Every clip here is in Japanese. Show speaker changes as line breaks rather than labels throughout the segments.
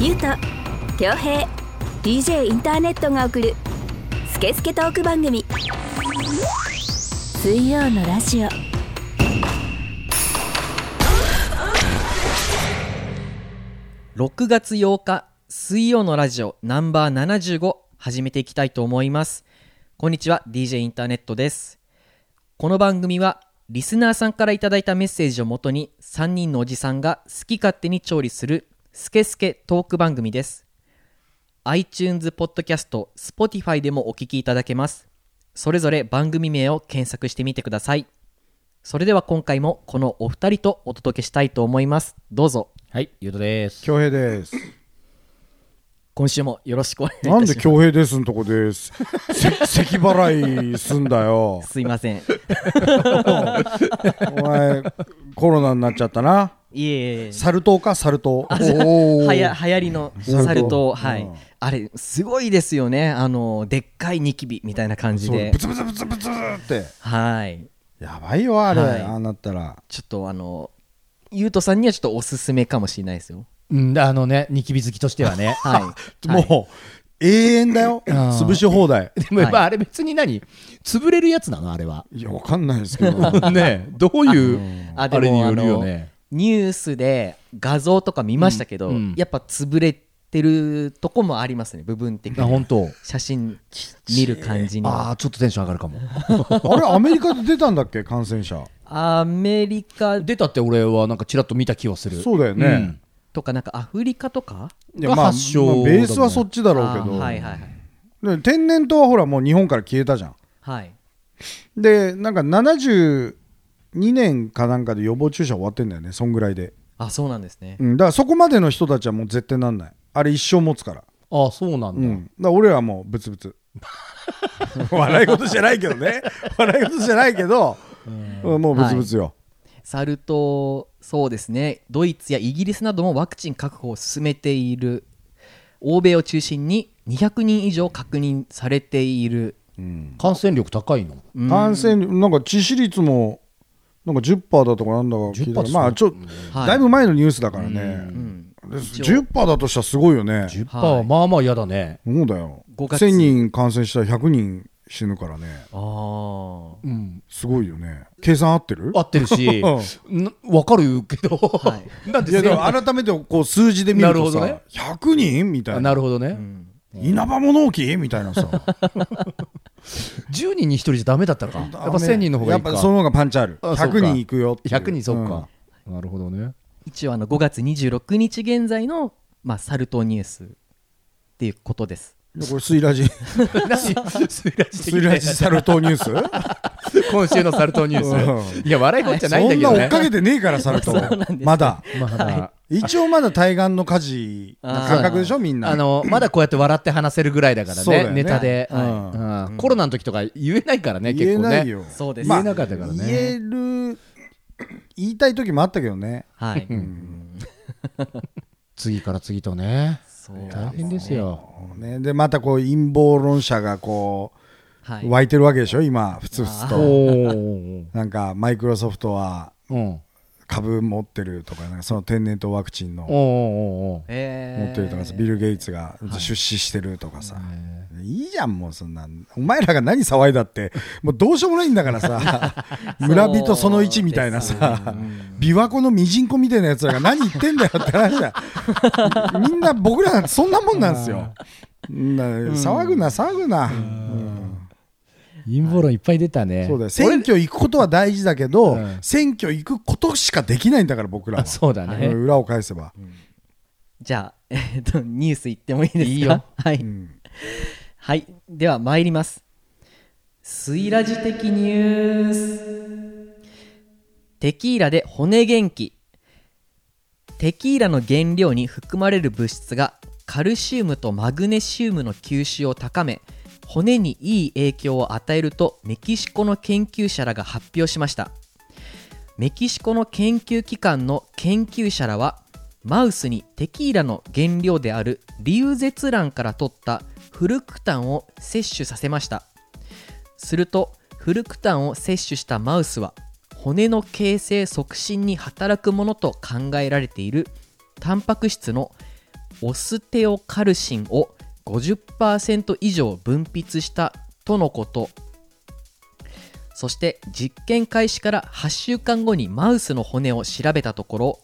ゆうと恭平 DJ インターネットが送る「スケスケトーク番組」水曜のラジオ
6月8日水曜のラジオナンバー75始めていきたいと思いますこんにちは DJ インターネットですこの番組はリスナーさんからいただいたメッセージをもとに3人のおじさんが好き勝手に調理するスケスケトーク番組です iTunes ポッドキャスト Spotify でもお聞きいただけますそれぞれ番組名を検索してみてくださいそれでは今回もこのお二人とお届けしたいと思いますどうぞ
はい、ゆうとです。
恭 平です。
今週もよろしくお願いいたし
な
ます
んで恭平ですのとこです。せ 咳払いすんだよ。
すいません。い
お前、コロナになっちゃったな。
えいえ。
サル痘か、サル痘。おー
はや流行りの
サル痘
サル痘、は
う
い
ん、
あれすごいですよね。あのでっかいニキビみたいな感じ
そう
で
ブ、ツブツブツブツって。
はい。
やばいよ、あれ。
はい
ああなったら。
ちょっとあのゆうとさんにはちょっとおすすめかもしれないですよ。。
うん、あのね、ニキビ好きと してはね
は
もう、永遠だよ。
ん
潰し放題。。
で も、
はい
まあ、あれ別に何潰れるやつなのあれは
いや、わかんないですけど。
ねどういう
い。
あれによるよね。
のニュースで画像とか見ましたけど、
うんうん
やっぱ潰れてるとこもありますね。部分的
あ、
に
本当。
写真見る感じには。
ああ、ちょっとテンション上がるかも。
あれ、アメリカで出たんだっけ、感染者。
アメリカ
出たって俺はなんかちらっと見た気はする。
そうだよね。
とかなんかアフリカとか。
いや
が
まあ、まあベ
発祥だもん
ースはそっちだろうけ
あー
ど。
はいはいはい
で天然痘はほら、もう日本から消えたじゃん。
はい。
でなんか72年かなんかで予防注射終わってんだよねそんぐらいで、
あそうなんですね。
うん、だからそこまでの人たちはもう絶対なんないあれ一生持つから,、
ああ、そうな
うん
だ。
ん、だから俺らはもうブツブツ 笑い事じゃないけどね笑い事じゃないけど、うんもうブツブツよ、
サル痘、そうですね、ドイツやイギリスなどもワクチン確保を進めている、欧米を中心に200人以上確認されている、
感染力高いの。
感染なんか致死率もなんか10%だとかなんだか聞いた
10%
らまあちょ、
はい
だいぶ前のニュースだからね、
うん、
で10%だとしたらすごいよね
10%はまあまあ嫌だね。
そうだよ
5月
1000人感染したら100人死ぬからね
あー
うん。
すごいよね。計算合ってる
合ってる し、なわかるけど、
は
なんで
いやでも
せん
改めてこう数字で見るとさ、
なるほ
100人みたいな
なるほどね。
稲葉物置みたいなさ
10人に1人じゃダメだったのか。 やっぱ1000人の方がいいか。
やっぱその方がパンチある
あそうか
100人いくよっていう
100人そっか、なるほどね
一応あの、5月26日現在の、まあ、サル痘ニュースっていうことです。
うんこれス イラジ
何スイラジ
スイラジサル痘ニ ュース
今週のサルトニュース、いや笑い事じゃないん
そ
だ
ん
け
な
ど
追
ね
っかけてねえからサ ル痘まだ
まあだ
一応まだ対岸の火事な感覚でしょみんな
あのまだこうやって笑って話せるぐらいだから
そうだ
ね
よね
ネタで、
うん
はいうんコロナの時とか言えないからね結
言え
構ね
ないよ
そうです
まあ
言えなかったからね
言える言いたい時もあったけどね
はい、
次から次とね
そう
大変ですよ
ねでまたこう陰謀論者がこ
は
う
い、
湧いてるわけでしょ今ふつふつ
お
と
ー
なんかマイクロソフトは
うん
株持ってるとかなんかその天然痘ワクチンの
おー
持
おーおー
えー
ってるとかさビル・ゲイツが出資してるとかさいいじゃんもうそんなんお前らが何騒いだ ってもうどうしようもないんだからさ村人その1みたいなさ琵琶湖のミジンコみたいなやつらが何言ってんだよって 話だみんな僕らなんてそんなもんなんですよな騒ぐな騒ぐなうん
陰謀論いっぱい出たね
そうだよ選挙行くことは大事だけど、
うん
選挙行くことしかできないんだから僕らは
あそうだね
ん裏を返せば、
じゃあ、えーっと、ニュースいってもいいですか
いいよ
はい、
ん
はい。では、参ります。スイラジ的ニュース。テキーラで骨元気。テキーラの原料に含まれる物質がカルシウムとマグネシウムの吸収を高め骨にいい影響を与えるとメキシコの研究者らが発表しましたメキシコの研究機関の研究者らはマウスにテキーラの原料であるリュウゼツランから取ったフルクタンを摂取させましたするとフルクタンを摂取したマウスは骨の形成促進に働くものと考えられているタンパク質のオステオカルシンを50%以上分泌したとのことそして実験開始から8週間後にマウスの骨を調べたところ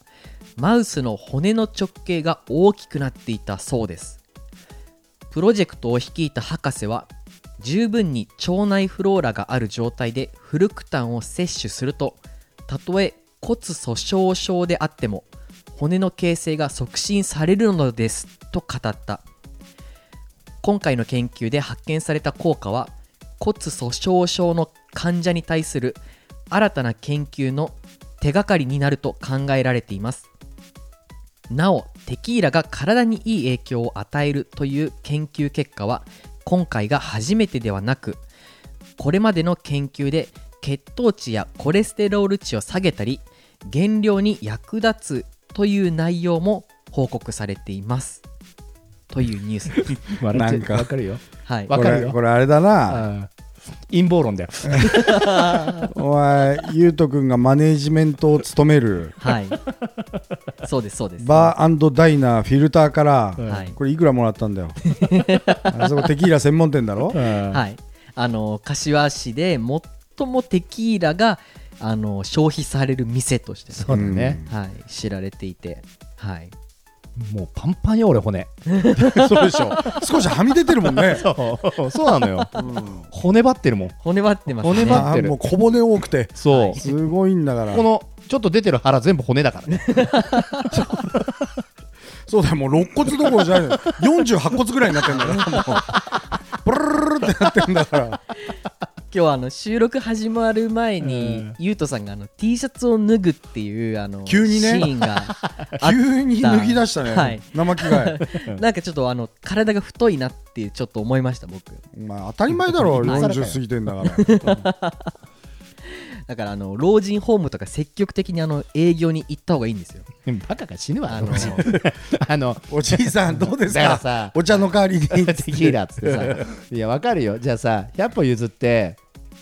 マウスの骨の直径が大きくなっていたそうですプロジェクトを率いた博士は十分に腸内フローラがある状態でフルクタンを摂取するとたとえ骨粗しょう症であっても骨の形成が促進されるのですと語った今回の研究で発見された効果は骨粗しょう症の患者に対する新たな研究の手がかりになると考えられていますなおテキーラが体にいい影響を与えるという研究結果は今回が初めてではなくこれまでの研究で血糖値やコレステロール値を下げたり減量に役立つという内容も報告されていますというニュース です、
んか
笑っちゃうわかるよ。
はい、
わ
こ
かる
れ
よ
これあれだな
ああ陰謀論だよ。
お前ゆうとくんがマネージメントを務める
はい、そうですそうです
バーダイナーフィルターから、
ー
はい
これいくらもらったんだよあそこテキーラ専門店だろ
は
はい、あの柏市で最もテキーラがあの消費される店としてね、
そうだね。
はい、知られていて、はい、
もうパンパンよ、俺、骨。
そうでしょ少しはみ出てるもんね
そう そうなのよ。骨張ってるもん。
骨張ってますね
骨張
あ
ってる
もう小骨多くて
そう。
すごいんだから
このちょっと出てる腹全部骨だからね。
そうだよもう肋骨どころじゃないのよ48骨ぐらいになってんだよプルルルルってなってんだから
今日はあの収録始まる前に、
うん
ゆうとさんがあの T シャツを脱ぐっていうあの
急にね
シーンが
急に脱ぎ出したね、
はい
生着替え
なんかちょっとあの体が太いなってちょっと思いました僕
まあ当たり前だろ
今更かよ
40過ぎてんだから
だからあの老人ホームとか積極的にあの営業に行った方がいいんですよ
バカが死ぬわ。
あ
あ
の
の、 あの
おじいさんどうです
だか
から
さ
お茶の代わりに
テキーラっつってさ。いや、わかるよ。じゃあさ、100歩譲って、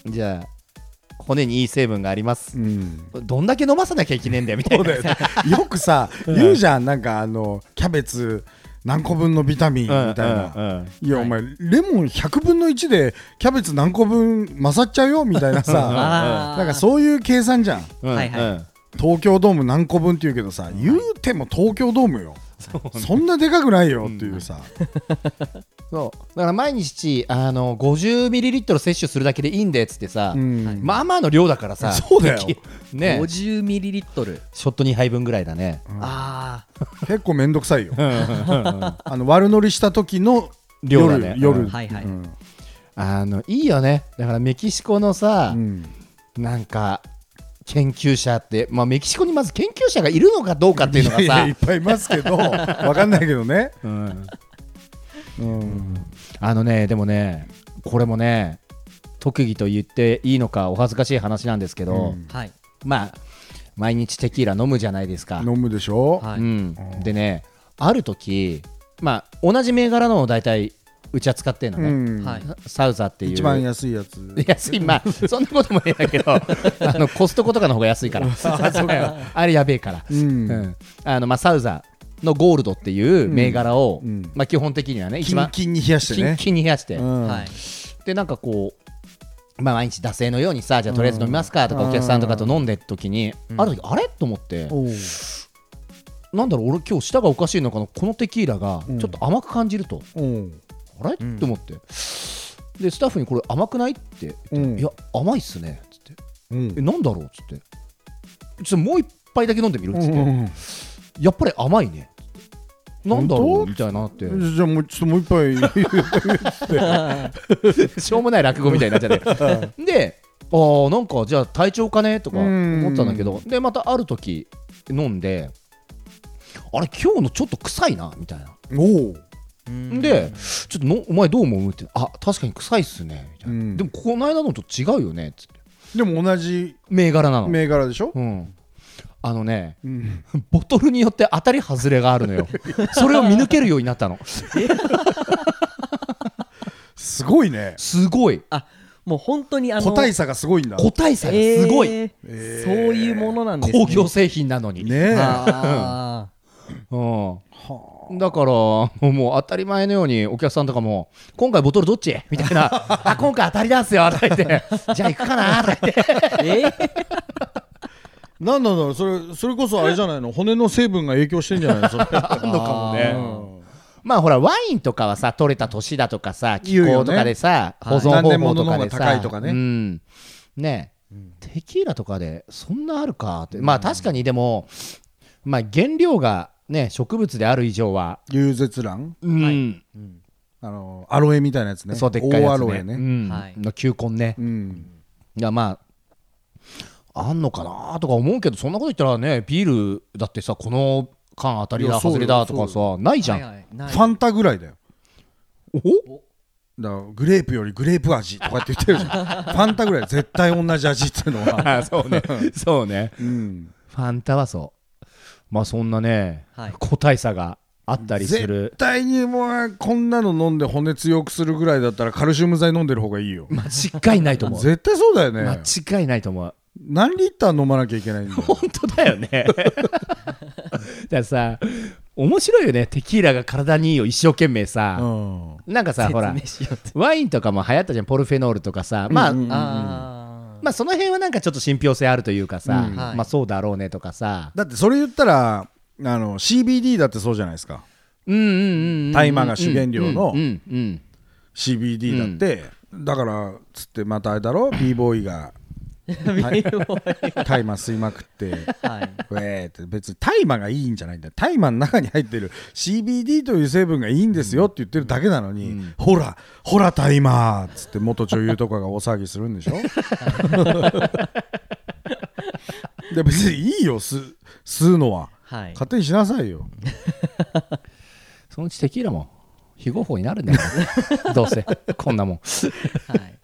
じゃあ、骨にいい成分があります
う。ん
どんだけ飲まさなきゃいけねえんだよ、みたい
そう
な
だ。よねよくさ言うじゃんなんかあのキャベツ何個分のビタミンみたいな
うんうんうん
いやお前レモン100分の1でキャベツ何個分勝っちゃうよみたいなさ
あー
なんかそういう計算じゃん
うん
はいはい
うん
東京ドーム何個分って言うけどさ、言うても東京ドームよそんなでかくないよっていうさ、
そうだから毎日あの50ミリリットル摂取するだけでいいんでっつってさ、
うん
はい
まあまあの量だからさ
そうだよ
ね
50ミリリットル
ショット2杯分ぐらいだね
ああ
結構めんどくさいよあの悪乗りした時の
量だねう
夜、夜
ん
はいはい
うん
あのいいよねだからメキシコのさ
う、ん
なんか研究者って、まあ、メキシコにまず研究者がいるのかどうかっていうのが
いや
さ
いっぱいいますけどわかんないけどね、
うん
うん、
あのねでもねこれもね特技と言っていいのかお恥ずかしい話なんですけど、
うん
はい
まあ毎日テキーラ飲むじゃないですか
飲むでしょ、
は
う
い
ん、でねある時まあ同じ銘柄のを大体うちは使ってるの
う
ね、
ん
はい
サウザーっていう
一番安いやつ
安いまあそんなこともないんだけど あのコストコとかの方が安いからあれやべえから、
う
うん
ん
あのまあ、サウザーのゴールドっていう銘柄を、
うんうん
まあ、基本的にはね
キ
一
ン
番
キンに冷やして
キ
ね
ンキンに冷やして、
うん
はい
でなんかこう、まあ、毎日惰性のようにさじゃあとりあえず飲みますかとか、お客さんとかと飲んでる時に、
うん
ある時あれと思って、
おう
なんだろう俺今日舌がおかしいのかなこのテキーラが
うん
ちょっと甘く感じると、
おう
あれ、
うん
と思ってでスタッフにこれ甘くないって、
うん
いや甘いっすねっつって
うん
えなんだろうっつってちょっともう一杯だけ飲んでみるっつって、
うん
やっぱり甘いねっつってなんだろ
本
う
当
みたいにな って
うんじゃあもうちょっともう一杯
しょうもない落語みたいになっちゃって であーなんかじゃあ体調かねとか思ったんだけどでまたある時飲んであれ今日のちょっと臭いなみたいな
おう
うん
で、ちょっとのお前どう思うって、あ確かに臭いっすね、みたいな
うん
でもこの間のと違うよねっつって、
でも同じ
銘柄なの。
銘柄でしょ、
うんあのね、
うん
ボトルによって当たり外れがある のよ、それを見抜けるようになったの、
すごいね
すごい、
あもう本当にあの
個体差がすごいんだ。
個体差がすごい、
えー
えー
そういうものなんです
工業製品なのに、
ねえ。
あ
うん、だからもう当たり前のようにお客さんとかも「今回ボトルどっち?」みたい な「あ今回当たりなんすよ」とか言って「じゃあ行くかな」とか言って
ーえー
なんなんだろうそれそれこそあれじゃないの骨の成分が影響してんじゃない のそれ
あんのかもね。まあほらワインとかはさ取れた年だとかさ気候とかでさ、
言うよね
保存方法とかでさ
はい何年物の方が高いとかね
うん、ねえ、テキーラとかでそんなあるかってまあ確かにでも、まあ、原料がね植物である以上は、
融絶卵
うん
あの、アロエみたいなやつね。
そうでっかい
大
や
ア
つ、ね
ロエ
う
ね。
ん
はい
の球根ね、
うん。
いやまああんのかなとか思うけどそんなこと言ったらねビールだってさこの缶当たり
い
だ
やそうよ
外れだとかさないじゃん、
はいはいない
ファンタぐらいだよ。
お
だからグレープよりグレープ味とかって言ってるじ ゃん。ファンタぐらい絶対同じ味っていうのは。
あそうね そうね
うん。
ファンタはそう。まあそんなね、
はい
個体差があったりする
絶。対にもうこんなの飲んで骨強くするぐらいだったらカルシウム剤飲んでる方がいい よ
間違いない と思う。
絶対そうだよね
間違いないと思う。
何リッター飲まなきゃいけないんだ よ
本当だよね。 だからさ、面白いよね。テキーラが体にいいよ、一生懸命さ。
うん
なんかさ、ほら
説、明しようって
ワインとかも流行ったじゃん、ポルフェノールとかさ。まあ、
うん
あー
まあその辺はなんかちょっと信憑性あるというかさ、
うんはい
まあそうだろうねとかさ。
だってそれ言ったらあの CBD だってそうじゃないですか
うんうんうんうん。
大麻が主原料の
うんうんうん。
CBD だって、だからつってまたあれだろ b ボーイが
見よう
大麻吸いまくって
はい
ウェーって別に大麻がいいんじゃないんだよ大麻の中に入ってる CBD という成分がいいんですよって言ってるだけなのに、ほらほら大麻っつって元女優とかが大騒ぎするんでしょで別にいいよ吸吸うのは
はい
勝手にしなさいよ
そのうちテキーラも非合法になるんだよ、ね、どうせこんなもん
はい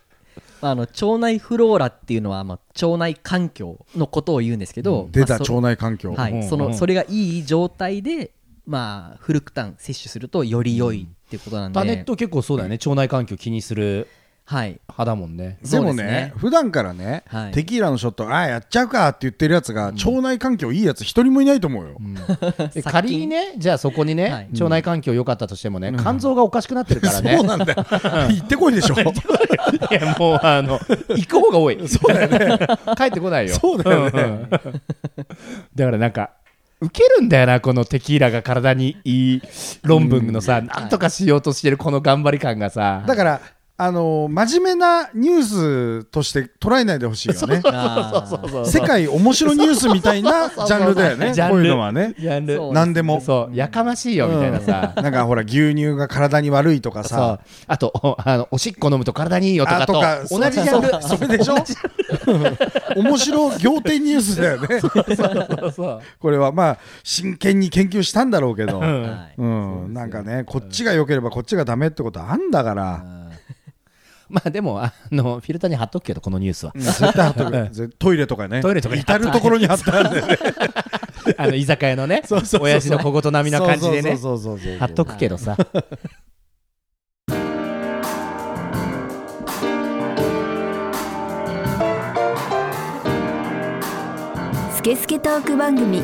まああの腸内フローラっていうのは、まあ、腸内環境のことを言うんですけど、
出た
まあそ
腸内環境、
は
うん
い、そのそれがいい状態で、まあ、フルクタン摂取するとより良いっていうことなんで、
タネット結構そうだよね腸内環境気にする
はい、
派だもんね
で
そ
も
うです
ね
ね
普段からね、
はい
テキーラのショットああやっちゃうかって言ってるやつが、腸内環境いいやつ一人もいないと思うよ、
で仮にねじゃあそこにね、
はい
腸内環境良かったとしてもね、肝臓がおかしくなってるからね
そうなんだよ行ってこいでしょ
いやもうあの行く方が多いそうだよね 帰ってこないよ
そうだよね
んうんだからなんか受けるんだよなこのテキーラが体にいい論文のさ、なんとかしようとしてるこの頑張り感がさ
だから、あの真面目なニュースとして捉えないでほ しいよね。
あー
世界面白ニュースみた いなジャンルだよね。
ジャンル
こういうのはね。
ジャンル
そう
何でも。
そうやかましいよみたいなさ、
なんかほら、牛乳が体に悪いとか
そう
さ。
あとおあのおしっこ飲むと体にいいよとか
あ
と
とか、
同じ
同じ
ジ
ジ
ャ
ャ
ンル
ンル。それでしょ 面白仰天ニュースだよね。これはまあ、真剣に研究したんだろうけど。
はい
うん。なんかね、こっちが良ければこっちがダメってことあんだから。
まあでもあのフィルターに貼っとくけどこのニュースは
うん絶対貼っと く絶トイレとかね。
トイレとかに
至るところに貼ってあるんだよね。
あの居酒屋の ね親父の小言並みな感じでね
そうそうそうそうそう
貼っとくけどさ
スケスケトーク番組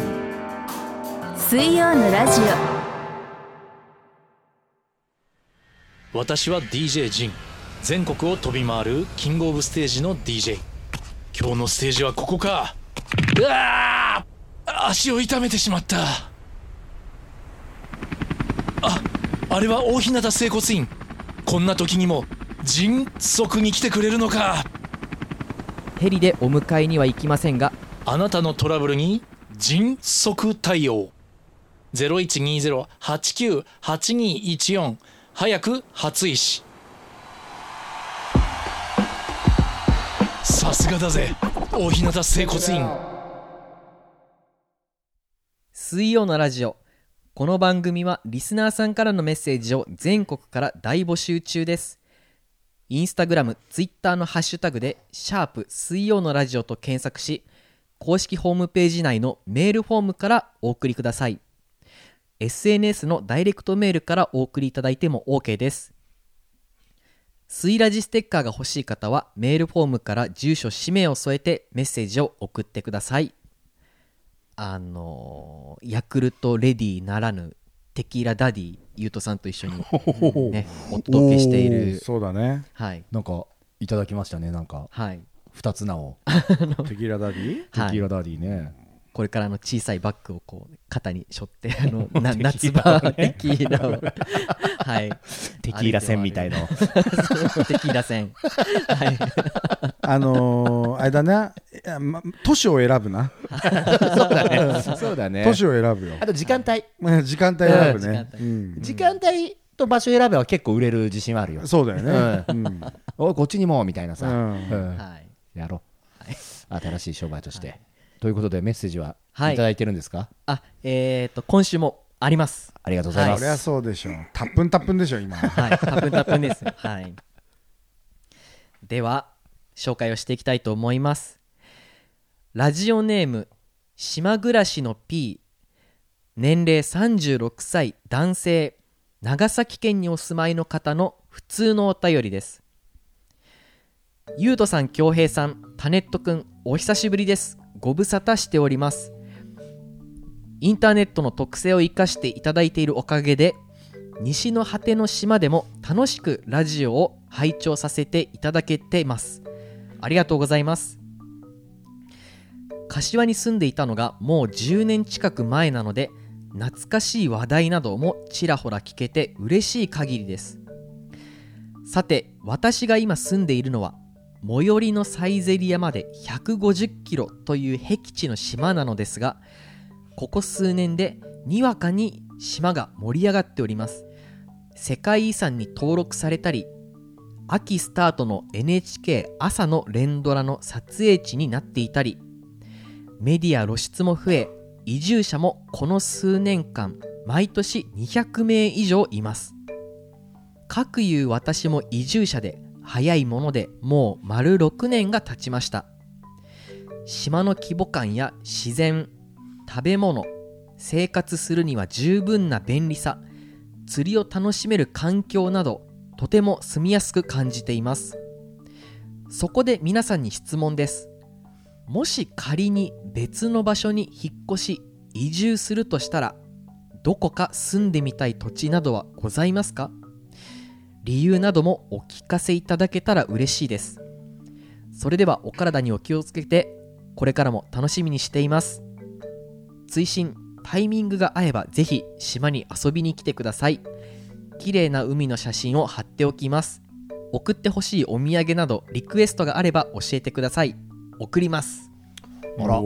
水曜のラジ
私は DJ ジン全国を飛び回るキングオブステージの DJ 今日のステージはここかうわあ足を痛めてしまったああれは大日向整骨院こんな時にも迅速に来てくれるのか
ヘリでお迎えには行きませんが
あなたのトラブルに迅速対応0120-89-8214早く初石さすがだぜ大日向整骨院
水曜のラジオこの番組はリスナーさんからのメッセージを全国から大募集中ですインスタグラムツイッターのハッシュタグで「シャープ水曜のラジオ」と検索し公式ホームページ内のメールフォームからお送りください SNS のダイレクトメールからお送りいただいても OK ですスイラジステッカーが欲しい方はメールフォームから住所氏名を添えてメッセージを送ってくださいあのーヤクルトレディならぬテキーラダディゆうとさんと一緒に、ね、お届けしてい
おー
る
そうだね
はい
なんかいただきましたねなんか
はい
二つ名を
テキーラダディ
テ
はい
キーラダディね、
これからの小さいバッグをこう肩に背負って あのな夏場テキーラを、 はい
テキーラ戦みたいの
歩て回るそうテキーラ戦はい
あのー、あれだねいやま都市を選ぶな
そうだねそうだね
都市を選ぶよ
あと時間帯、
まあ時間帯選ぶね
時間、帯
うん、
時間帯と場所選べは結構売れる自信はあるよ
そうだよね、うん
おいこっちにもみたいなさ、
うん
うん
はい
やろう、新しい商売として、ということでメッセージは
はい
いただいてるんですか、
あえっ、と今週もあります
ありがとうございま
そ
す、
りゃそうでしょたっぷんたっぷんでしょ今
はいたっぷんたっぷんですよはいでは紹介をしていきたいと思いますラジオネーム島暮らしの P 年齢36歳男性長崎県にお住まいの方の普通のお便りですゆうとさん恭平さんタネットくんお久しぶりですご無沙汰しておりますインターネットの特性を生かしていただいているおかげで西の果ての島でも楽しくラジオを拝聴させていただけてますありがとうございます柏に住んでいたのがもう10年近く前なので懐かしい話題などもちらほら聞けて嬉しい限りですさて私が今住んでいるのは最寄りのサイゼリヤまで150キロという僻地の島なのですがここ数年でにわかに島が盛り上がっております世界遺産に登録されたり秋スタートの NHK 朝の連ドラの撮影地になっていたりメディア露出も増え移住者もこの数年間毎年200名以上いますかくいう私も移住者で早いものでもう丸6年が経ちました島の規模感や自然食べ物生活するには十分な便利さ釣りを楽しめる環境などとても住みやすく感じていますそこで皆さんに質問ですもし仮に別の場所に引っ越し移住するとしたらどこか住んでみたい土地などはございますか理由などもお聞かせいただけたら嬉しいですそれではお体にお気をつけてこれからも楽しみにしています追伸タイミングが合えばぜひ島に遊びに来てください綺麗な海の写真を貼っておきます送ってほしいお土産などリクエストがあれば教えてください送ります
あら
と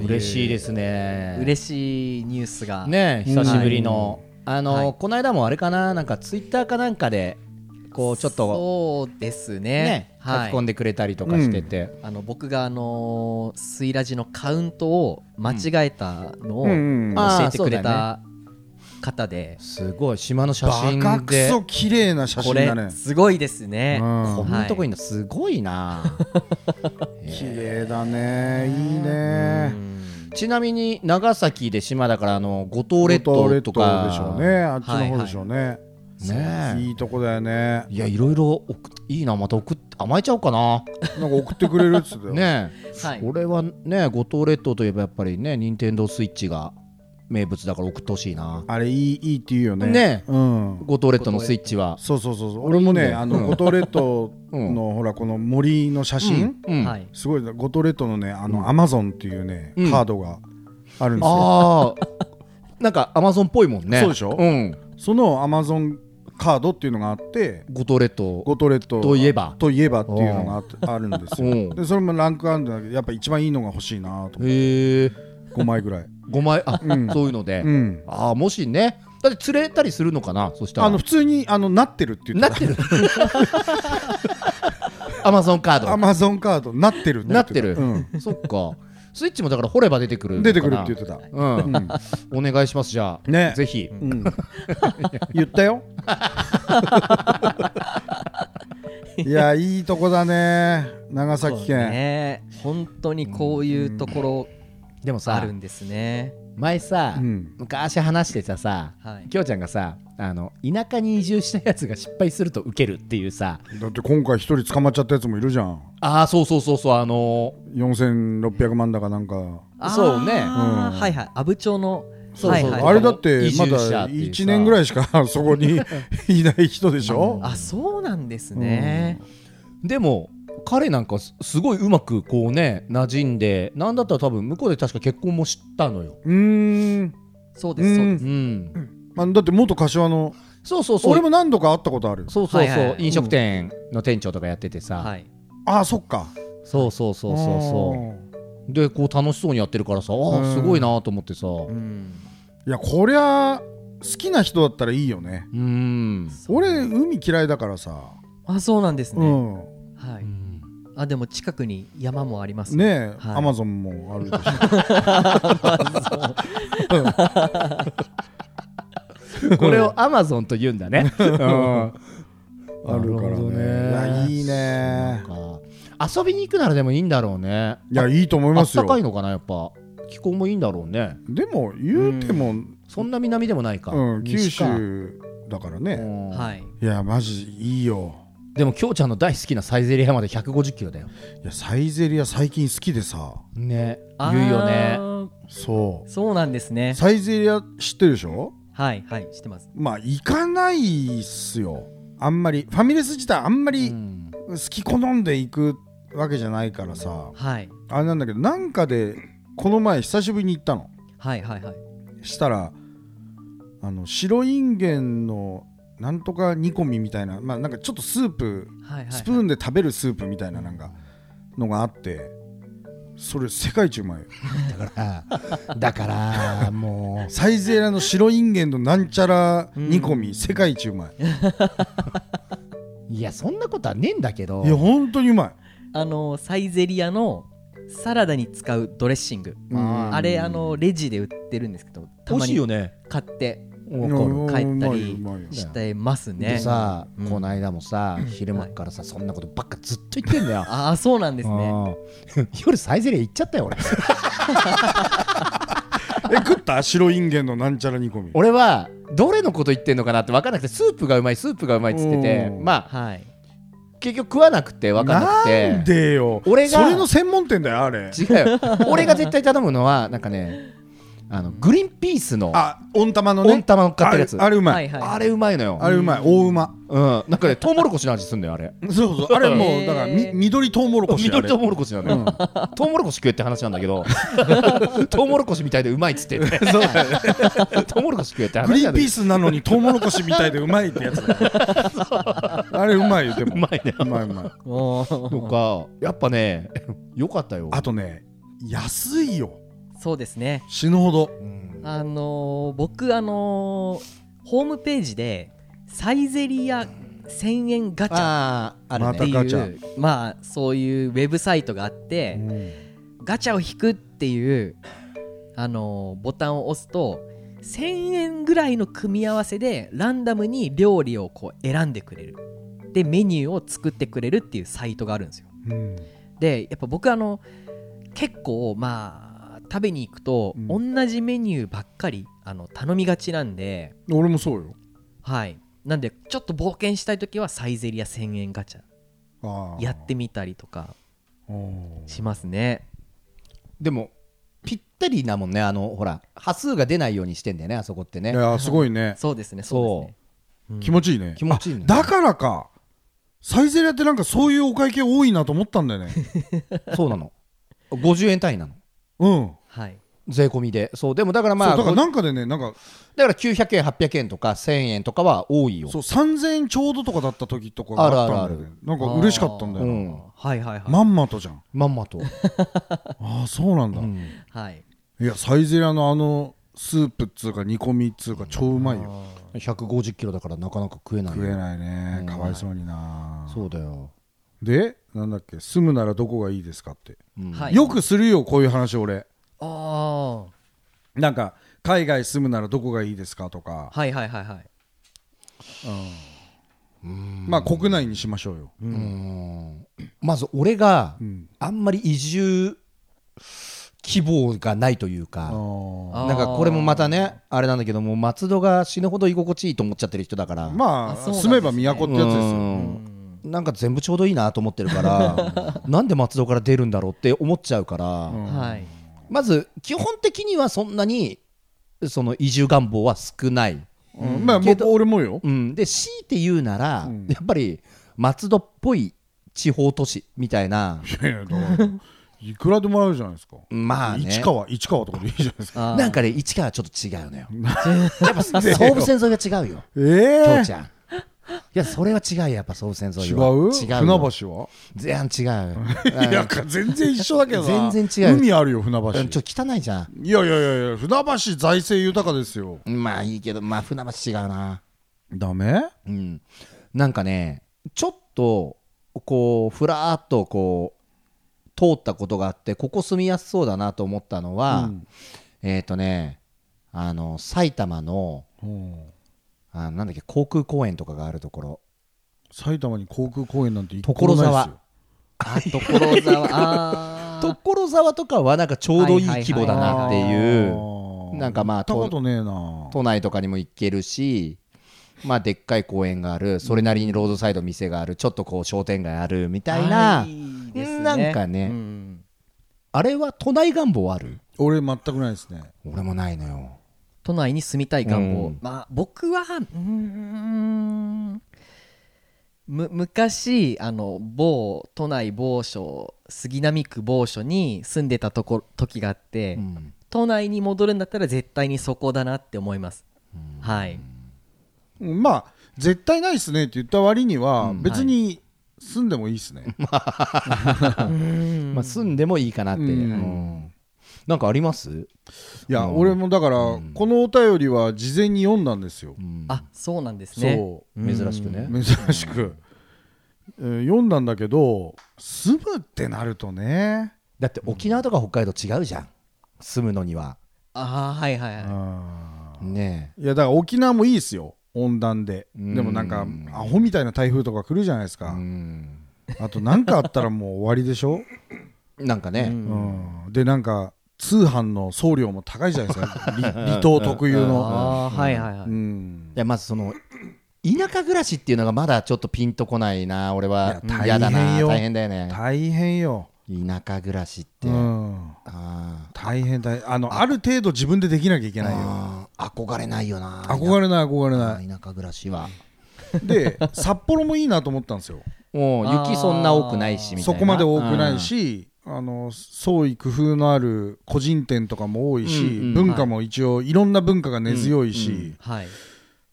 いう
嬉しいですね
嬉しいニュースが、
ねえ久しぶりの、あの、
はい
この間もあれかななんかツイッターかなんかでこうちょっと
そうですね
ね書き
はい
込んでくれたりとかしてて、
あの僕があのースイラジのカウントを間違えたのを
う
教
ん
えてくれた方で、
すごい島の写
バ
真で
カクソ綺麗な写
こ
真だ
れ
ね
すごいですね、
うん
こんなとこいんのすごいな、
綺麗だねいいね
ちなみに長崎で島だからあの五島列
五島
島
列
と
島
か
でしょうねあっちの方でしょうね、
ねえ
いいとこだよね
いやいろいろ送っいいなまた送って甘えちゃおうかな
なんか送ってくれるっつってたよ
ね
はい
え、俺はね五島列島といえばやっぱりね任天堂スイッチが名物だから送ってほしいな
あれいいいいって言うよね
ね
うん
五島列島のスイッチは
そうそうそうそう俺も
いいん
ね
だよ
あ
うん
の五島列島
うん
のほらこの森の写真、
うん
はい
すごいな五島列島のねあのアマゾンっていうね、
うん
カードがあるんですよ、
ああ なんかアマゾンっぽいもんね
そうでしょ
うん
そのアマゾンカードっていうのがあって
五島列島
五島列島
といえば
といえばっていうのがあってあるんです
う
よ
ん
でそれもランクあるんだけどやっぱ一番いいのが欲しいなと思って
へえ
5枚ぐらい、
5枚あ、
うん
そういうので、
うん、
ああもしねだって釣れたりするのかなそしたら
あの普通にあのなってるって言っ
な
て
ってる アマゾンカー
たア
ド
マゾンカードなってる言た
なってる
うん
そっかスイッチもだから掘れば出てくるのかな
出てくるって言ってた、
うん、お願いしますじゃあ、
ね
ぜひ
うん、言っ たよいやいいとこだね長崎県
ね本当にこういうところ
でも
あ
さ
るんですね
前さ、
うん
昔話してたさ、
はい
きょうちゃんがさあの田舎に移住したやつが失敗するとウケるっていうさ
だって今回一人捕まっちゃったやつもいるじゃん
ああそうそうそうそうあの
4600万だかなんか
あー
そうね
はいはい阿武町の
そう
はい
そう
はい
あれだって
移
ま
住者
だ
っていうさ
1年ぐらいしか そ こにいない人でしょ
あそうなんですね、
でも彼なんかすすごいうまくこうね馴染んでなんだったら多分向こうで確か結婚もしたのよ
うーん
そうですそう
う
で
ん
す、
うん
まあだって元柏の
そうそうそう
俺も何度か会ったことある
そうそうそう、
はいはい
飲食店の店長とかやっててさ、
はい
ああそっか
そうそうそうそうそうでこう楽しそうにやってるからさあ
う
ー
ん
すごいなと思ってさ
う
うん
ういやこりゃ好きな人だったらいいよね
ん
俺海嫌いだからさ
あそうなんです
う
ね、
ん
はいあでも近くに山もあります
ねえ
はい
アマゾンもある でし
これをアマゾンと言うんだね
ょうんあるから
なるほどね
ねいやいいね
なんか遊びに行くならでもいいんだろうね
いやいいと思い
あ
ま
っ
す
た
よ
かいのかなやっぱ気候もいいんだろうね
でも言うても
そんな南でもないか、
うん九
西か
州だから
う
ね
ん
はい
いやマジいいよ
でも京ちゃんの大好きなサイゼリヤまで150キロだよ
いやサイゼリア最近好きでさ
ね
あー
言うよね
そ
そうなんですね
うサイゼリア知ってるでしょ
はいはい知ってます
まあ行かないっすよあんまりファミレス自体あんまり
うん
好き好んで行くわけじゃないからさ
はい
あれなんだけどなんかでこの前久しぶりに行ったの
はいはいはい
したらあの白インゲンのなんとか煮込みみたいなまあなんかちょっとスープ
はいはいはい
スプーンで食べるスープみたいななんかのがあってそれ世界一うまいよ
だからも
サイゼリヤの白インゲンのなんちゃら煮込み世界一うまいう
いやそんなことはねえんだけど
いや本当にうまい
あのサイゼリアのサラダに使うドレッシング
うん
あれあのレジで売ってるんですけどた
美
ま
味しい
に
よね
買って
わ
うん
帰ったり
うまいようまいよ
してます
で
ね
さ、
うん
こないだもさ、昼間っからさ、そんなことばっかずっと言ってんだよ。
ああそうなんですね
うん夜サイゼリヤ行っちゃったよ俺
え食った白インゲンのなんちゃら煮込み
俺はどれのこと言ってんのかなって分かんなくてスープがうまいスープがうまいっつってて
うん
まあ
は い
結局食わなくて分かんなくて
なんでよ
俺が
それの専門店だよあれ
違うよ俺が絶対頼むのはなんかねあのグリーンピースの
あ温玉のね
温玉の買ってるやつ
あれあれうまい、
はいはい
あれうまいのよ
あれうまい大うま
うんなんかねトウモロコシの味すんだよあれ
そうそうあれも
へー
うだからみ緑トウモロコシあ
緑
れ
トウモロコシなのよトウモロコシ食えって話なんだけ どトウモロコシみたいでうまいっつっててトウモロコシ食えって
グ
話
リ
な
ー
ん
ン
だ
ピ
け
ー
ど
スなのにトウモロコシみたいでうまいってやつだよあれうまいよでも
うまいね
うまいうまい
おー
とかやっぱねよかったよ
あとね安いよ
そうですね
死ぬほど
うん
あのー僕あのーホームページでサイゼリア1000円ガチャ
あーある
ま
ね
たガ
っ
チ
てい
ャ
うまあそういうウェブサイトがあって、ガチャを引くっていうあのーボタンを押すと1000円ぐらいの組み合わせでランダムに料理をこう選んでくれるでメニューを作ってくれるっていうサイトがあるんですよ
うん
でやっぱ僕あの結構まあ食べに行くと、
うん
同じメニューばっかりあの頼みがちなんで
俺もそうよ
はいなんでちょっと冒険したい時はサイゼリア1000円ガチャ
あー
やってみたりとか
うん
しますね
でもぴったりなもんねあのほら波数が出ないようにしてんだよねあそこって
い
ね
やすごいね
そうですねそう
そ
ですね
気持ちいいね
う気持ちいいね
だからかサイゼリヤってなんかそういうお会計多いなと思ったんだ よね
そうなの50円単位なの
うん
はい
税込みでそうでもだから
ま
ま
あ、
あ
だから
ご
なんかでねなんか
だから900円800円とか1000円とかは多いよ
そう3000円ちょうどとかだった時とかがあったんだよね
ある
なんか嬉しかったんだよ、
う
ね
ん
はいはいはい、
まんまとじゃん
まんまと、
ああそうなんだ、
うん
はい
いやサイゼリヤのあのスープっつうか煮込みっつうか超うまいよ
150キロだからなかなか食えないよ
食えないね
うん
かわいそうにな
そうだよ、
でなんだっけ住むならどこがいいですかって、
うん
はい
よくするよこういう話俺
ああは
なんか海外住むならどこがいいですかとか、
いはいはいはい
まあ国内にしましょうよ、
うんまず俺が
うん
あんまり移住希望がないというか。
あー
なんかこれもまたねあれなんだけどもう松戸が死ぬほど居心地いいと思っちゃってる人だから
あ
ま
そうな
あ
んですね
住めば都ってやつです
う
よ
んなんか全部ちょうどいいなと思ってるからなんで松戸から出るんだろうって思っちゃうから、
はい
まず基本的にはそんなにその移住願望は少ない、
うんまあもう俺もよ
うん、で強いて言うなら、やっぱり松戸っぽい地方都市みたいない
やいやだからいくらでもあるじゃないですか
まあね
市川市川とかでいいじゃないですか
あー
なんかね市川はちょっと違うのよやっ ぱ総武線沿いが違うよ
え
京
え
ちゃんいやそれは違うよやっぱ総武線沿い
違う
は
船
違うよ
橋は
全然違う よ
いや全然一緒だけどな
全然違う
海あるよ船橋
うんちょっと汚いじゃん
いやいやいやいや船橋財政豊かですよ
まあいいけどまあ船橋違うな
ダメ
うんなんかねちょっとこうふらーっとこう通ったことがあってここ住みやすそうだなと思ったのは、えっ、とねあの埼玉のあのなんだっけ航空公園とかがあるところ
埼玉に航空公園なんて一個も
所
ないです
沢
よ
あ所沢あー
所沢とかはなんかちょうどいい規模だなっていう、
あー
なんかまあ
行ったことねえな
都内とかにも行けるし、まあ、でっかい公園があるそれなりにロードサイド店があるちょっとこう商店街あるみたいな、
いですね
なんかね
うん
あれは都内願望ある
俺全くないですね
俺もないのよ
都内に住みたい願望、
うん
まあ僕はうーんむ昔あの某都内某所杉並区某所に住んでたとこ時があって、
うん
都内に戻るんだったら絶対にそこだなって思います、はい
まあ絶対ないっすねって言った割には
うん
別に住んでもいいっすね、
まあ、住んでもいいかなって、
うん
うんなんかあります、
いや、
うん
俺もだから、
うん
このお便りは事前に読んだんですよ、
あそうなんですね
そう
うん
珍しくね
珍しく、えー読んだんだけど住むってなるとね
だって沖縄とか北海道違うじゃん住むのには
ああはいはいはい
ね
いやだから沖縄もいいっすよ温暖で
うん
でもなんかアホみたいな台風とか来るじゃないです
え
か、
うん
あと何かあったらもう終わりでしょ、
なんかね、
うんでなんか通販の送料も高いじゃないですか離離島特有の、
ああはいはいはい、
うん
い、やまずその田舎暮らしっていうのがまだちょっとピンとこないな俺はい
や
嫌だ
大変
な
よ
大変だよね
大変よ、
田舎暮らしって、
うん、
あー
大変大変あのある程度自分でできなきゃいけないよ
あー憧れないよな
憧れない憧れ
田
ない
田舎暮らしは
で札幌もいいなと思ったんですよ
もう雪そんな多くないしみたい
そ
な
こまで多くないしあの創意工夫のある個人店とかも多いし、
うんうん
文化も一応いろんな文化が根強いし、
はい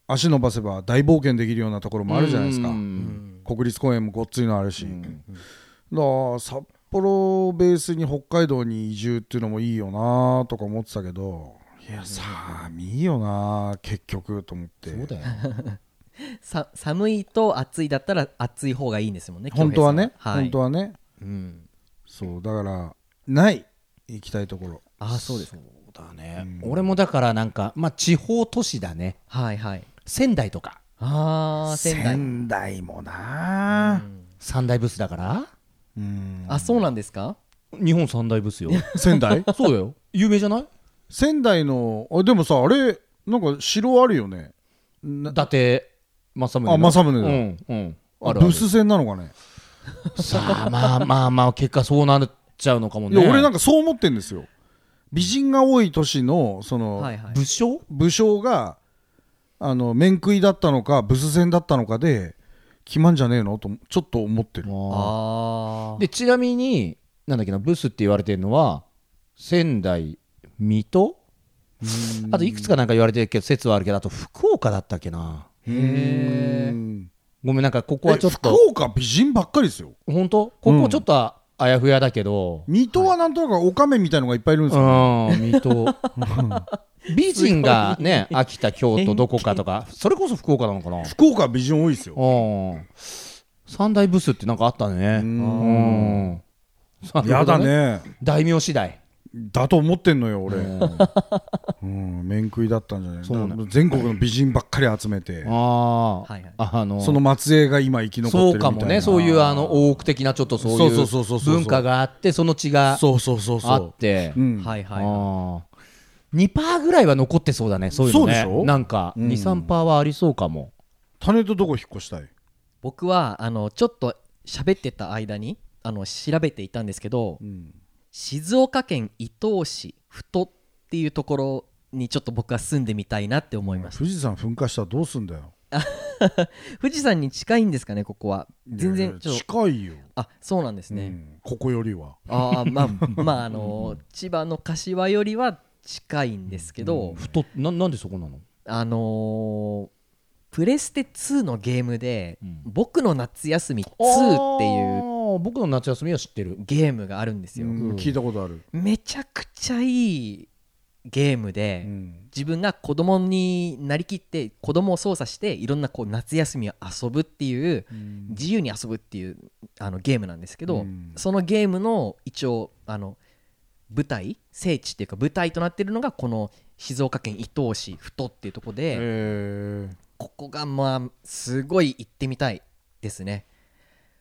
足伸ばせば大冒険できるようなところもあるじゃないですか、
うん
国立公園もごっついのあるし、だから札幌をベースに北海道に移住っていうのもいいよなとか思ってたけどいや寒いよな結局と思って
そうだよ
さ寒いと暑いだったら暑い方がいいんですもんね
本当はね、
京平さんはい、
本当はね
うん、
そうだからない行きたいところ
ああそうですね
だね俺もだからなんかまあ地方都市だね
はいはい
仙台とか
ああ仙台
台もな
三大ブスだから
うん
あそうなんですか
日本三大ブ スよ
仙 台
そうだよ有名じゃない
仙台のあでもさあれなんか城あるよね
伊達政宗だ
あ政宗だ
うんうんあるある
ブス戦なのかね
さあまあまあまあ結果そうなっちゃうのかも
い
ね
や俺なんかそう思ってんですよ美人が多い都市のその、
はいはい
武将
武将があの面食いだったのかブス戦だったのかで決まんじゃねえのとちょっと思ってる
ああ
でちなみになんだっけなブスって言われてるのは仙台水戸あといくつかなんか言われてるけど説はあるけどあと福岡だったっけな
へえ
ごめんなんかここはちょっ
え
と
福岡美人ばっかりですよ
本当ここちょっとああやふやだけど
水戸はなんとなくオカメみたいのがいっぱいいるんです
う
よ、
ん水戸美人がね秋田京都どこかとかそれこそ福岡なのかな
福岡は美人多いですよ
うん三大ブスってなんかあったねうん
やだね
大名次第
だと思ってんのよ俺、 うん、面食いだったんじゃない
そうなんだ
だから全国の美人ばっかり集めて
あー、
はいはい
ああの
その末裔が今生き残ってる
そう
みた
か
いな
もねそういうあの大奥的なちょっとそうい
そううそうそうそう
文化があってその血が
そうそうそうそう
あって
うん
はいはいはい
あー2%ぐらいは残ってそうだねそういうのね
そうでしょ
なんか
うん
23%はありそうかも
種とどこ引っ越したい
僕はあのちょっと喋ってた間にあの調べていたんですけど、静岡県伊東市太っていうところにちょっと僕は住んでみたいなって思いま した
富士山噴火したらどうすんだよ
富士山に近いんですかねここは全
いや
然ちょっと
近いよ、
あそうなんです
う
ね、
んここよりは
ああまあまああの千葉の柏よりは近いんですけど、
ふとななんでそこなの
あのープレステ2のゲームで「
ん
僕の夏休み2」っていう
う僕の夏休みは知ってる
ゲームがあるんですよ、
うん聞いたことある、
めちゃくちゃいいゲームで、
うん
自分が子供になりきって子供を操作していろんなこう夏休みを遊ぶっていう自由に遊ぶっていうあのゲームなんですけど、
うん
そのゲームの一応あの舞台聖地っていうか舞台となってるのがこの静岡県伊東市太っていうとこで、
えー
ここがまあすごい行ってみたいですね。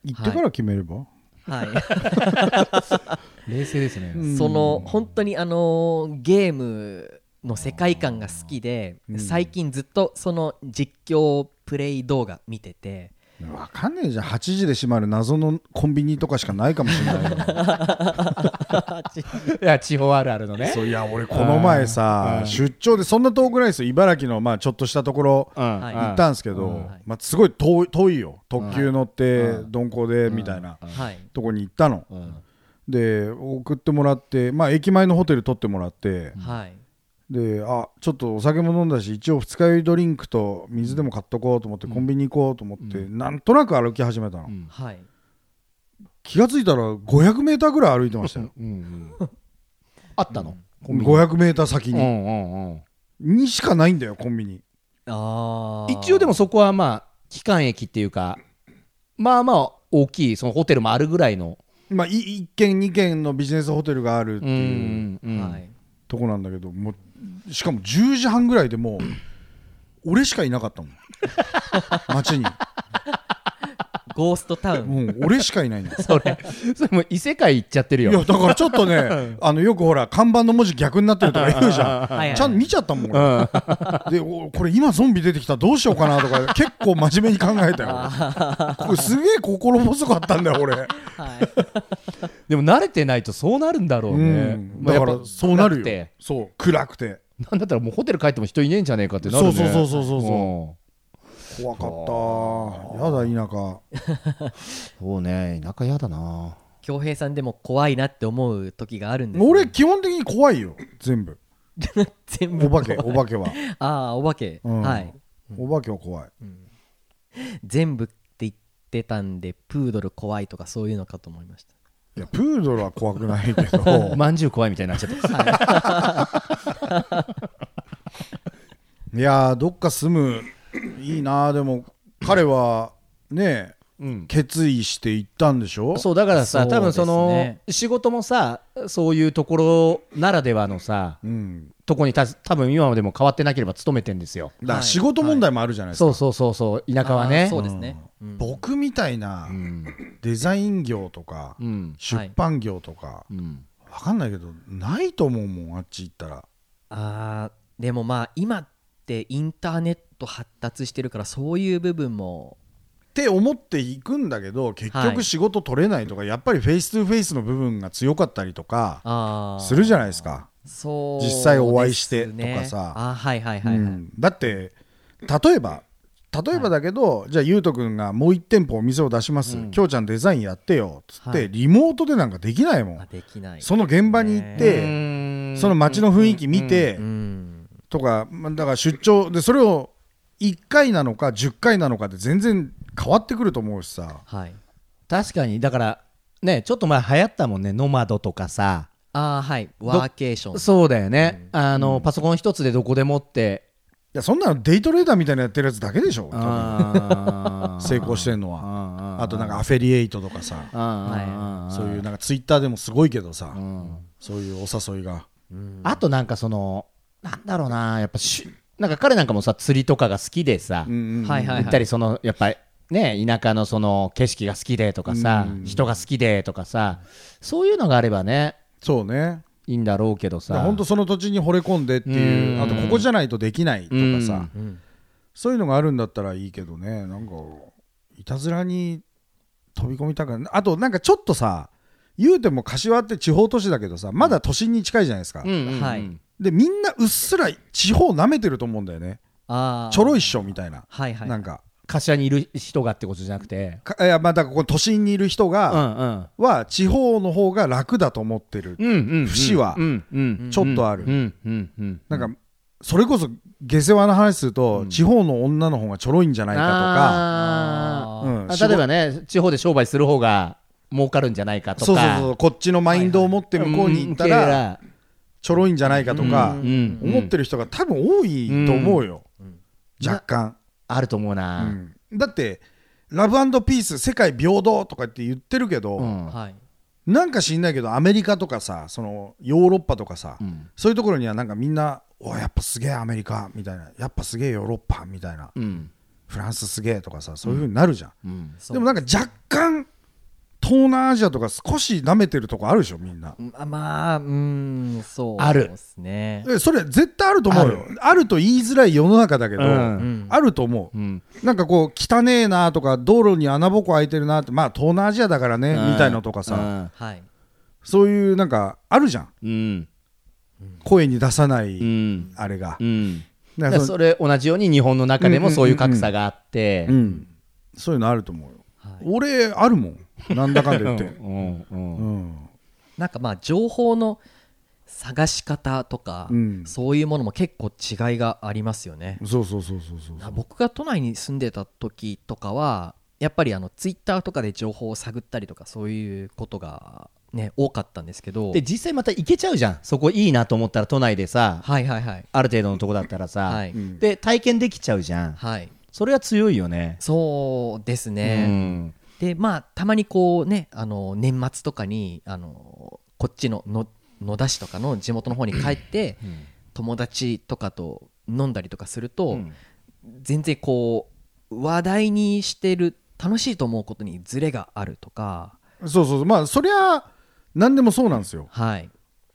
行ってから決めれば、
はい
冷静ですね
う ん
その本当にあのーゲームの世界観が好きで、
うん
最近ずっとその実況プレイ動画見てて、
わかんねえじゃん8時で閉まる謎のコンビニとかしかないかもしれないよ
いや地方あるあるのね
そういや俺この前さ出張でそんな遠くないですよ茨城のまあちょっとしたところ
うん
はい
行ったんですけど、
うん
まあ、すごい遠い遠いよ特急乗って鈍行でみたいな
はい
とこに行ったの、
うん
で送ってもらって、まあ、駅前のホテル取ってもらって、
はい
であちょっとお酒も飲んだし一応二日酔いドリンクと水でも買っとこうと思って、コンビニ行こうと思って、なんとなく歩き始めたの、
ん
はい
気がついたら 500m ぐらい歩いてま したよ
うんうんあったのコンビニ
500m 先
う
に、
んうんうん
にしかないんだよコンビニ
あー
一応でもそこはまあ機関駅っていうかまあまあ大きいそのホテルもあるぐらいの
まあ、い1軒2軒のビジネスホテルがあるって
う
いうん
うんうん
はい
とこなんだけどもうしかも10時半ぐらいでもう俺しかいな かったもん街に、
ゴーストタウン
うん、俺しかいないの
それそれもう異世界行っちゃってる
い
よ
やだからちょっとねあのよくほら看板の文字逆になってるとか言うじ
は
ゃ
いはい
んちゃんと見ちゃったもん俺でおこれ今ゾンビ出てきたらどうしようかなとか結構真面目に考えたよこれすげえ心細かったんだよ俺、
はい
でも慣れてないとそうなるんだろう
う
ね、
ん、
まあ
だ
やっ
か
ぱ
らそうな
暗
る
く
よ
て
そう暗くて
なんだったらもうホテル帰っても人いねえんじゃねえかってなるね
そうそうそうそうそうそうん怖かったやだ田舎
そうね田舎やだな
恭平さんでも怖いなって思う時があるんですね、
俺基本的に怖いよ全部
全
お
部
化けお化けは、
ああお化け、
うん
はい
お化けは怖い
全部って言ってたんでプードル怖いとかそういうのかと思いました
いやプードルは怖くないけ ど
まんじゅう怖いみたいになっちゃった
いやーどっか住むいいなーでも彼はね
うん
決意して行ったんでしょ
そうだからさ、
そう
多分その、
ですね
仕事もさそういうところならではのさ
うん、
とこにた多分今までも変わってなければ勤めてんですよ
だから
はい
仕事問題もあるじゃないですか、
そうそうそうそう田舎は
あ
ね
ーそうですね、うん
僕みたいな
うん
デザイン業とか、
うん
出版業とか、
うん
わかんないけどないと思うもんあっち行ったら
あーでもまあ今ってインターネット発達してるからそういう部分も
って思っていくんだけど結
はい
局仕事取れないとか、やっぱりフェイス2フェイスの部分が強かったりとか
あー
するじゃないですか、
そう
実際お会いして
ですね
とかさ
あーはいはいはいはい、
うんだって例えば例えばだけど、じゃあゆうとくんがもう1店舗お店を出します、きょうちゃんデザインやってよっつって、
はい
リモートでなんかできないもん、
あできない
その現場に行って、その街の雰囲気見て、
うん
とか、まあだから出張でそれを1回なのか10回なのかで全然変わってくると思うしさ
はい
確かにだからねちょっと前流行ったもんねノマドとかさ
ああはいワーケーション
そうだよね、あのパソコン一つでどこでもって
いやそんなのデイトレーダーみたいなやってるやつだけでしょ多分
あー
成功してんのは
あーあん
あとなんかアフェリエイトとかさ
あ
そういうなんかツイッターでもすごいけどさそういうお誘いが
あとなんかそのなんだろうなやっぱしなんか彼なんかもさ釣りとかが好きで
は
さ、
いはいはい
行ったりそのやっぱりね田舎のその景色が好きでとかさ、人が好きでとかさそういうのがあればね
そうね
いいんだろうけどさ
本当その土地に惚れ込んでっていううんあとここじゃないとできないとかさ
ん
そういうのがあるんだったらいいけどねなんかいたずらに飛び込みたくないあとなんかちょっとさ言うても柏って地方都市だけどさまだ都心に近いじゃないですか
うんうんうん
はい
でみんなうっすら地方舐めてると思うんだよね
ああ
ちょろい
い
っしょみたいな
はいはい
なんか
柏にいる人がってことじゃなくて
かいやまあだからこの都心にいる人
うんう
が
ん
は地方の方が楽だと思ってる
うんうんうん
節は
うんうん
ちょっとある
うんうんうん
なんかそれこそ下世話な話すると地方の女の方がちょろいんじゃないか
あ
とか
あ
うん
ーあ
仕
例え
事
ばね地方で商売する方が儲かるんじゃないかとか
そうそうそうこっちのマインドを持って向こうに行ったらちょろいんじゃないかとか
うんうん
思ってる人が多分多いと思うよ若干
あると思うな、
うんだってラブピース世界平等とかって言ってるけど、
うん
はい
なんか知んないけどアメリカとかさそのヨーロッパとかさ、
ん
そういうところにはなんかみんな「おやっぱすげえアメリカ」みたいな「やっぱすげえヨーロッパ」みたいな、
うん
フランスすげえ」とかさそういうふうになるじゃん、
うん
でもなんか若干東南アジアとか少し舐めてるとこあるでしょみんな、
あまあうーんそう
ある
ですね
えそれ絶対あると思うよあると言いづらい世の中だけど、
うん
ん
あると思う、
うん
なんかこう汚ねえなとか道路に穴ぼこ開いてるなってまあ東南アジアだからね、みたいのとかさ、
はい
そういうなんかあるじゃん
うん
声に出さない、
うん
あれが
う、ん
だ
だから
か
ら
そ
それ同じように日本の中でもそういう格差があって
うん、そういうのあると思うよ、俺あるもんなんだかんだ言って、
うん うん
うん
なんかまあ情報の探し方とか、
うん
そういうものも結構違いがありますよね、
そうそうそうそうそうそう
僕が都内に住んでた時とかはやっぱりあのツイッターとかで情報を探ったりとかそういうことがね多かったんですけど
で実際また行けちゃうじゃんそこいいなと思ったら都内でさ
はいはいはい
ある程度のとこだったらさ、
はい、
ん
で体験できちゃうじゃん
はい
それは強いよね
そうですね、
うん
でまあたまにこうねあの年末とかにあのこっちのの野田市とかの地元の方に帰って、友達とかと飲んだりとかすると、
ん
全然こう話題にしてる楽しいと思うことにズレがあるとか
そうそうまあそりゃ何でもそうなんですよ
はい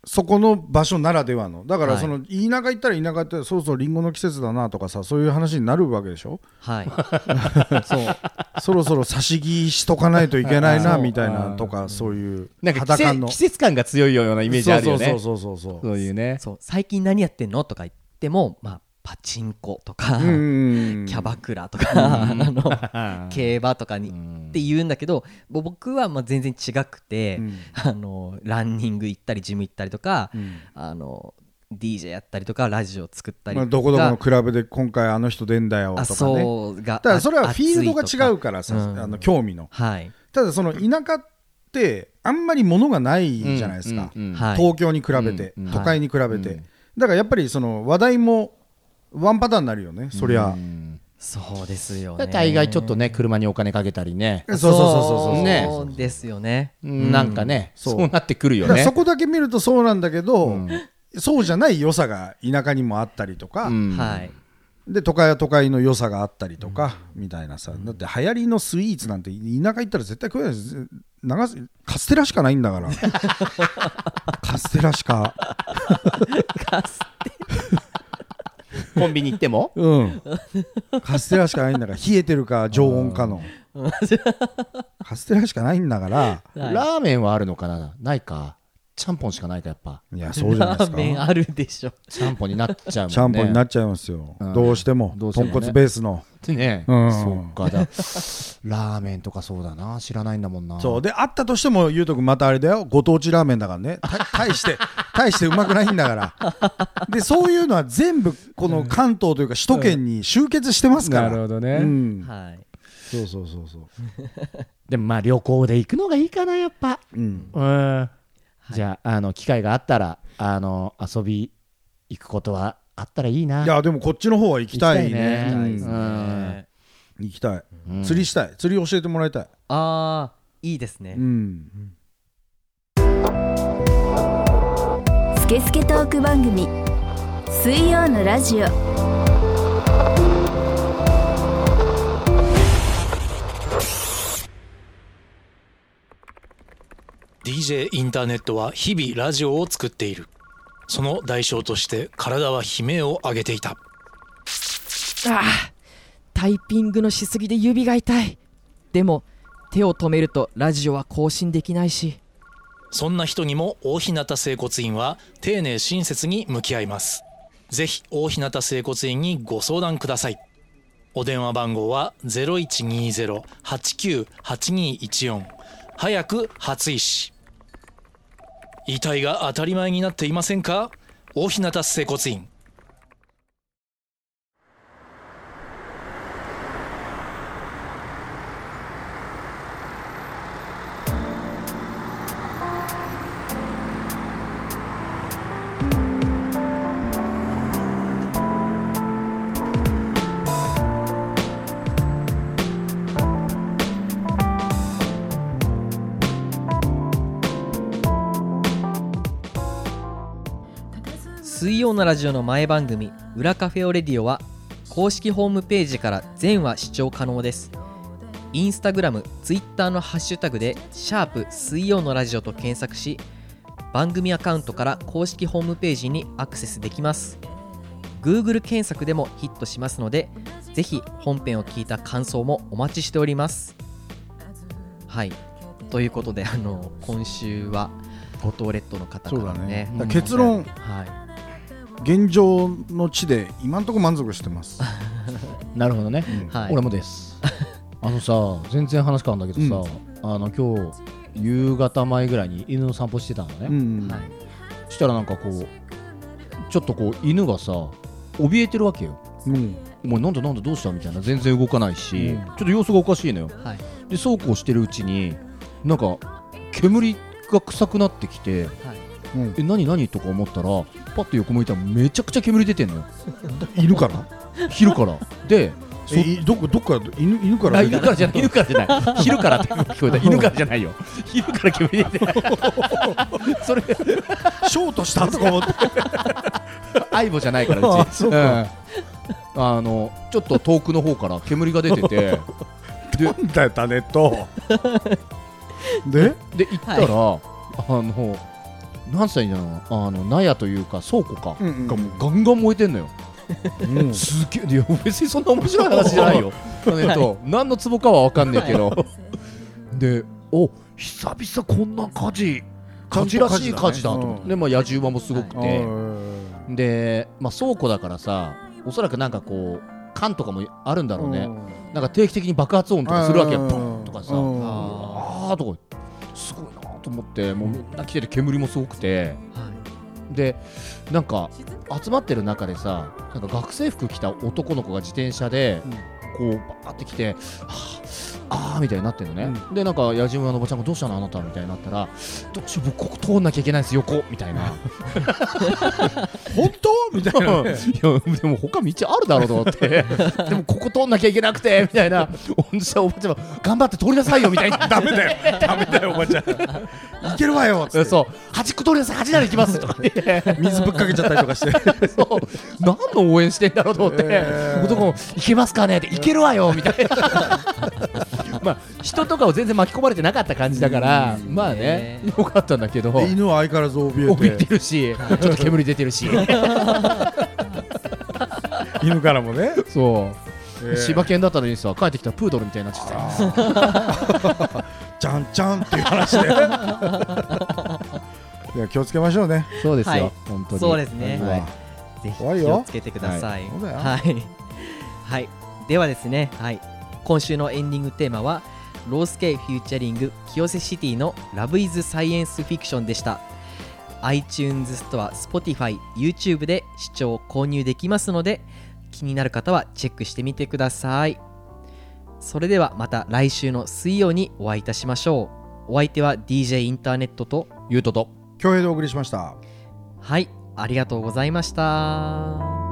そこの場所ならではのだから
はい
その、田舎行ったら田舎ってそろそろりんごの季節だなとかさそういう話になるわけでしょ
はい そう
そろそろ差し木しとかないといけない な
そう
みたいなとかそういう
なんか季
肌感
節
の
季節感が強いようなイメージあるよね
そうそうそうそうそう
そういうね
そう最近何やってんのとか言ってもまあパチンコとか、
うん
キャバクラとか、あ の競馬とかに、って言うんだけどぼ僕はまあ全然違くて、
ん
あのランニング行ったりジム行ったりとか、あの DJ やったりとかラジオ作ったり
まあ、
とか、
どこどこのクラブで今回あの人出んだよ
あ
とかね
そうが
だからそれはフィールドが
暑いとか
違うからさ、
うん
あの興味の
はい、
ただその田舎ってあんまり物がないじゃないですか、
うんうん
はい、
東京に比べて、
うん
都会に比べて、だからやっぱりその話題もワンパターンになるよねそりゃ、
うん
そうですよね
大概ちょっとね車にお金かけたりね
そうそうそうそうそう
ね
そうですよね、
なんかね
そう
そうなってくる
だ
よ
から
ね
そこだけ見るとそうなんだけど、そうじゃない良さが田舎にもあったりとか、
うん
はい
で都会は都会の良さがあったりとか、みたいなさだって流行りのスイーツなんて田舎行ったら絶対食えないです長すカステラしかないんだから カステラしか
コンビニ行っても
うんカステラしかないんだから冷えてるか常温かのカステラしかないんだから
はい
ラーメンはあるのかなないかちゃんぽんしかないかやっぱ
いやそうじゃない
ラ
です
ー
か
メンあるでしょ
ちゃんぽんになっちゃうもんね
ちゃんぽんになっちゃいますよ、
ん
どうしても
どうしてもね
豚骨ベースの
ってね
うん
そっかだラーメンとかそうだな知らないんだもんな
そうであったとしてもゆうとくんまたあれだよご当地ラーメンだからねた 大して大してうまくないんだからでそういうのは全部この関東というか首都圏に集結してますから、
ど
う
ね
ん
はい
そうそうそうそう
でもまあ旅行で行くのがいいかなやっぱ
うん
うんじゃああの機会があったらあの遊び行くことはあったらいいない
やでもこっちの方は行きたいね
行きたいね
うん行きたい、
うん
釣りしたい釣り教えてもらいたい
ああーいいですね、
うん
スケスケトーク番組水曜のラジオ
「DJ インターネット」は日々ラジオを作っているその代償として体は悲鳴を上げていた
ああタイピングのしすぎで指が痛いでも手を止めるとラジオは更新できないし
そんな人にも大日向整骨院は丁寧親切に向き合いますぜひ大日向整骨院にご相談くださいお電話番号は0120-89-8214早く初医師遺体が当たり前になっていませんか大日向整骨院
水曜のラジオの前番組「裏カフェオレディオ」は公式ホームページから全話視聴可能ですインスタグラムツイッターのハッシュタグで「シャープ水曜のラジオ」と検索し番組アカウントから公式ホームページにアクセスできます Google 検索でもヒットしますのでぜひ本編を聞いた感想もお待ちしておりますはいということであの今週は五島列島の方か
そうだ
らね
ねだから結論
はい
現状の地で今んとこ満足してます
なるほどね、
はい
俺もですあのさ全然話変わるんだけどさ、あの今日夕方前ぐらいに犬の散歩してたのね、
うん
はい
そしたらなんかこうちょっとこう犬がさ怯えてるわけよ
うん
お前なんだなんだどうしたみたいな全然動かないし、ちょっと様子がおかしいのよ
はい
でそうこうしてるうちになんか煙が臭くなってきて
うん
え何何とか思ったらパッと横向いたらめちゃくちゃ煙出てんのよ
犬から
昼 からでそ
えどこどっから犬犬か
あ
ら
犬からじゃない犬からじゃない昼からって聞こ えた犬からじゃないよ昼から煙出て それ
ショートしたとか思って
相棒じゃないからうち
あそうか
うんあのちょっと遠くの方から煙が出て て
なんだよタネッ トで
で行ったら、あの何歳なのあの納屋というか倉庫か、
うん
がもうガンガン燃えてんのよ
うん
すげえいや別にそんな面白い話じゃないよ えっと何の壺かは分かんないけど、でお久々こんな火事火事らしい火事だと思って、
うん
でまあ野獣馬もすごくて、
あ
で、まあ、倉庫だからさおそらくなんかこう缶とかもあるんだろうね、なんか定期的に爆発音とかするわけよ
うん
ポンとかさ、
うん
あーとかすごいなと思ってもうみんな来てて煙もすごくてでなんか集まってる中でさなんか学生服着た男の子が自転車で、こうバーって来てはああーみたいになってるのね、でなんか矢島のおばちゃんがどうしたのあなたみたいになったらどうしよう僕ここ通んなきゃいけないです横みたいな 本当みたいな、いやでも他道あるだろうと思 ってでもここ通んなきゃいけなくてみたいなおじさんおばちゃんが頑張って通りなさいよみたいなダメだよ
ダメだよおばちゃんいけるわよつって
そう端っこ通りなさい端なら行きますとか言って
水ぶっかけちゃったりとかして
そう何の応援してんだろうと思って、男も「いけますかね?」って「いけるわよ」みたいな まあ人とかを全然巻き込まれてなかった感じだからまあねよかったんだけど
で犬は相変わらず
怯
怯
え
え
て
て
るしちょっと煙出てるし
犬からも ね
そう柴犬だったのにさ帰ってきたらプードルみたいになっちゃってさ
じゃんじゃんっていう 話でいや気をつけましょうね
そうですよ、
はい
本当に
そうですね、
はい
ぜひ気
怖いよ
をつけてください。
そうだよ
はい、 はい、ではですね、はい、今週のエンディングテーマはロースケフューチャリング清瀬シティのラブイズサイエンスフィクションでした。iTunes ストア、Spotify、YouTube で視聴購入できますので、気になる方はチェックしてみてください。それではまた来週の水曜にお会いいたしましょう。お相手は DJ インターネットと
ゆうとと
恭平でお送りしました
はい、ありがとうございました。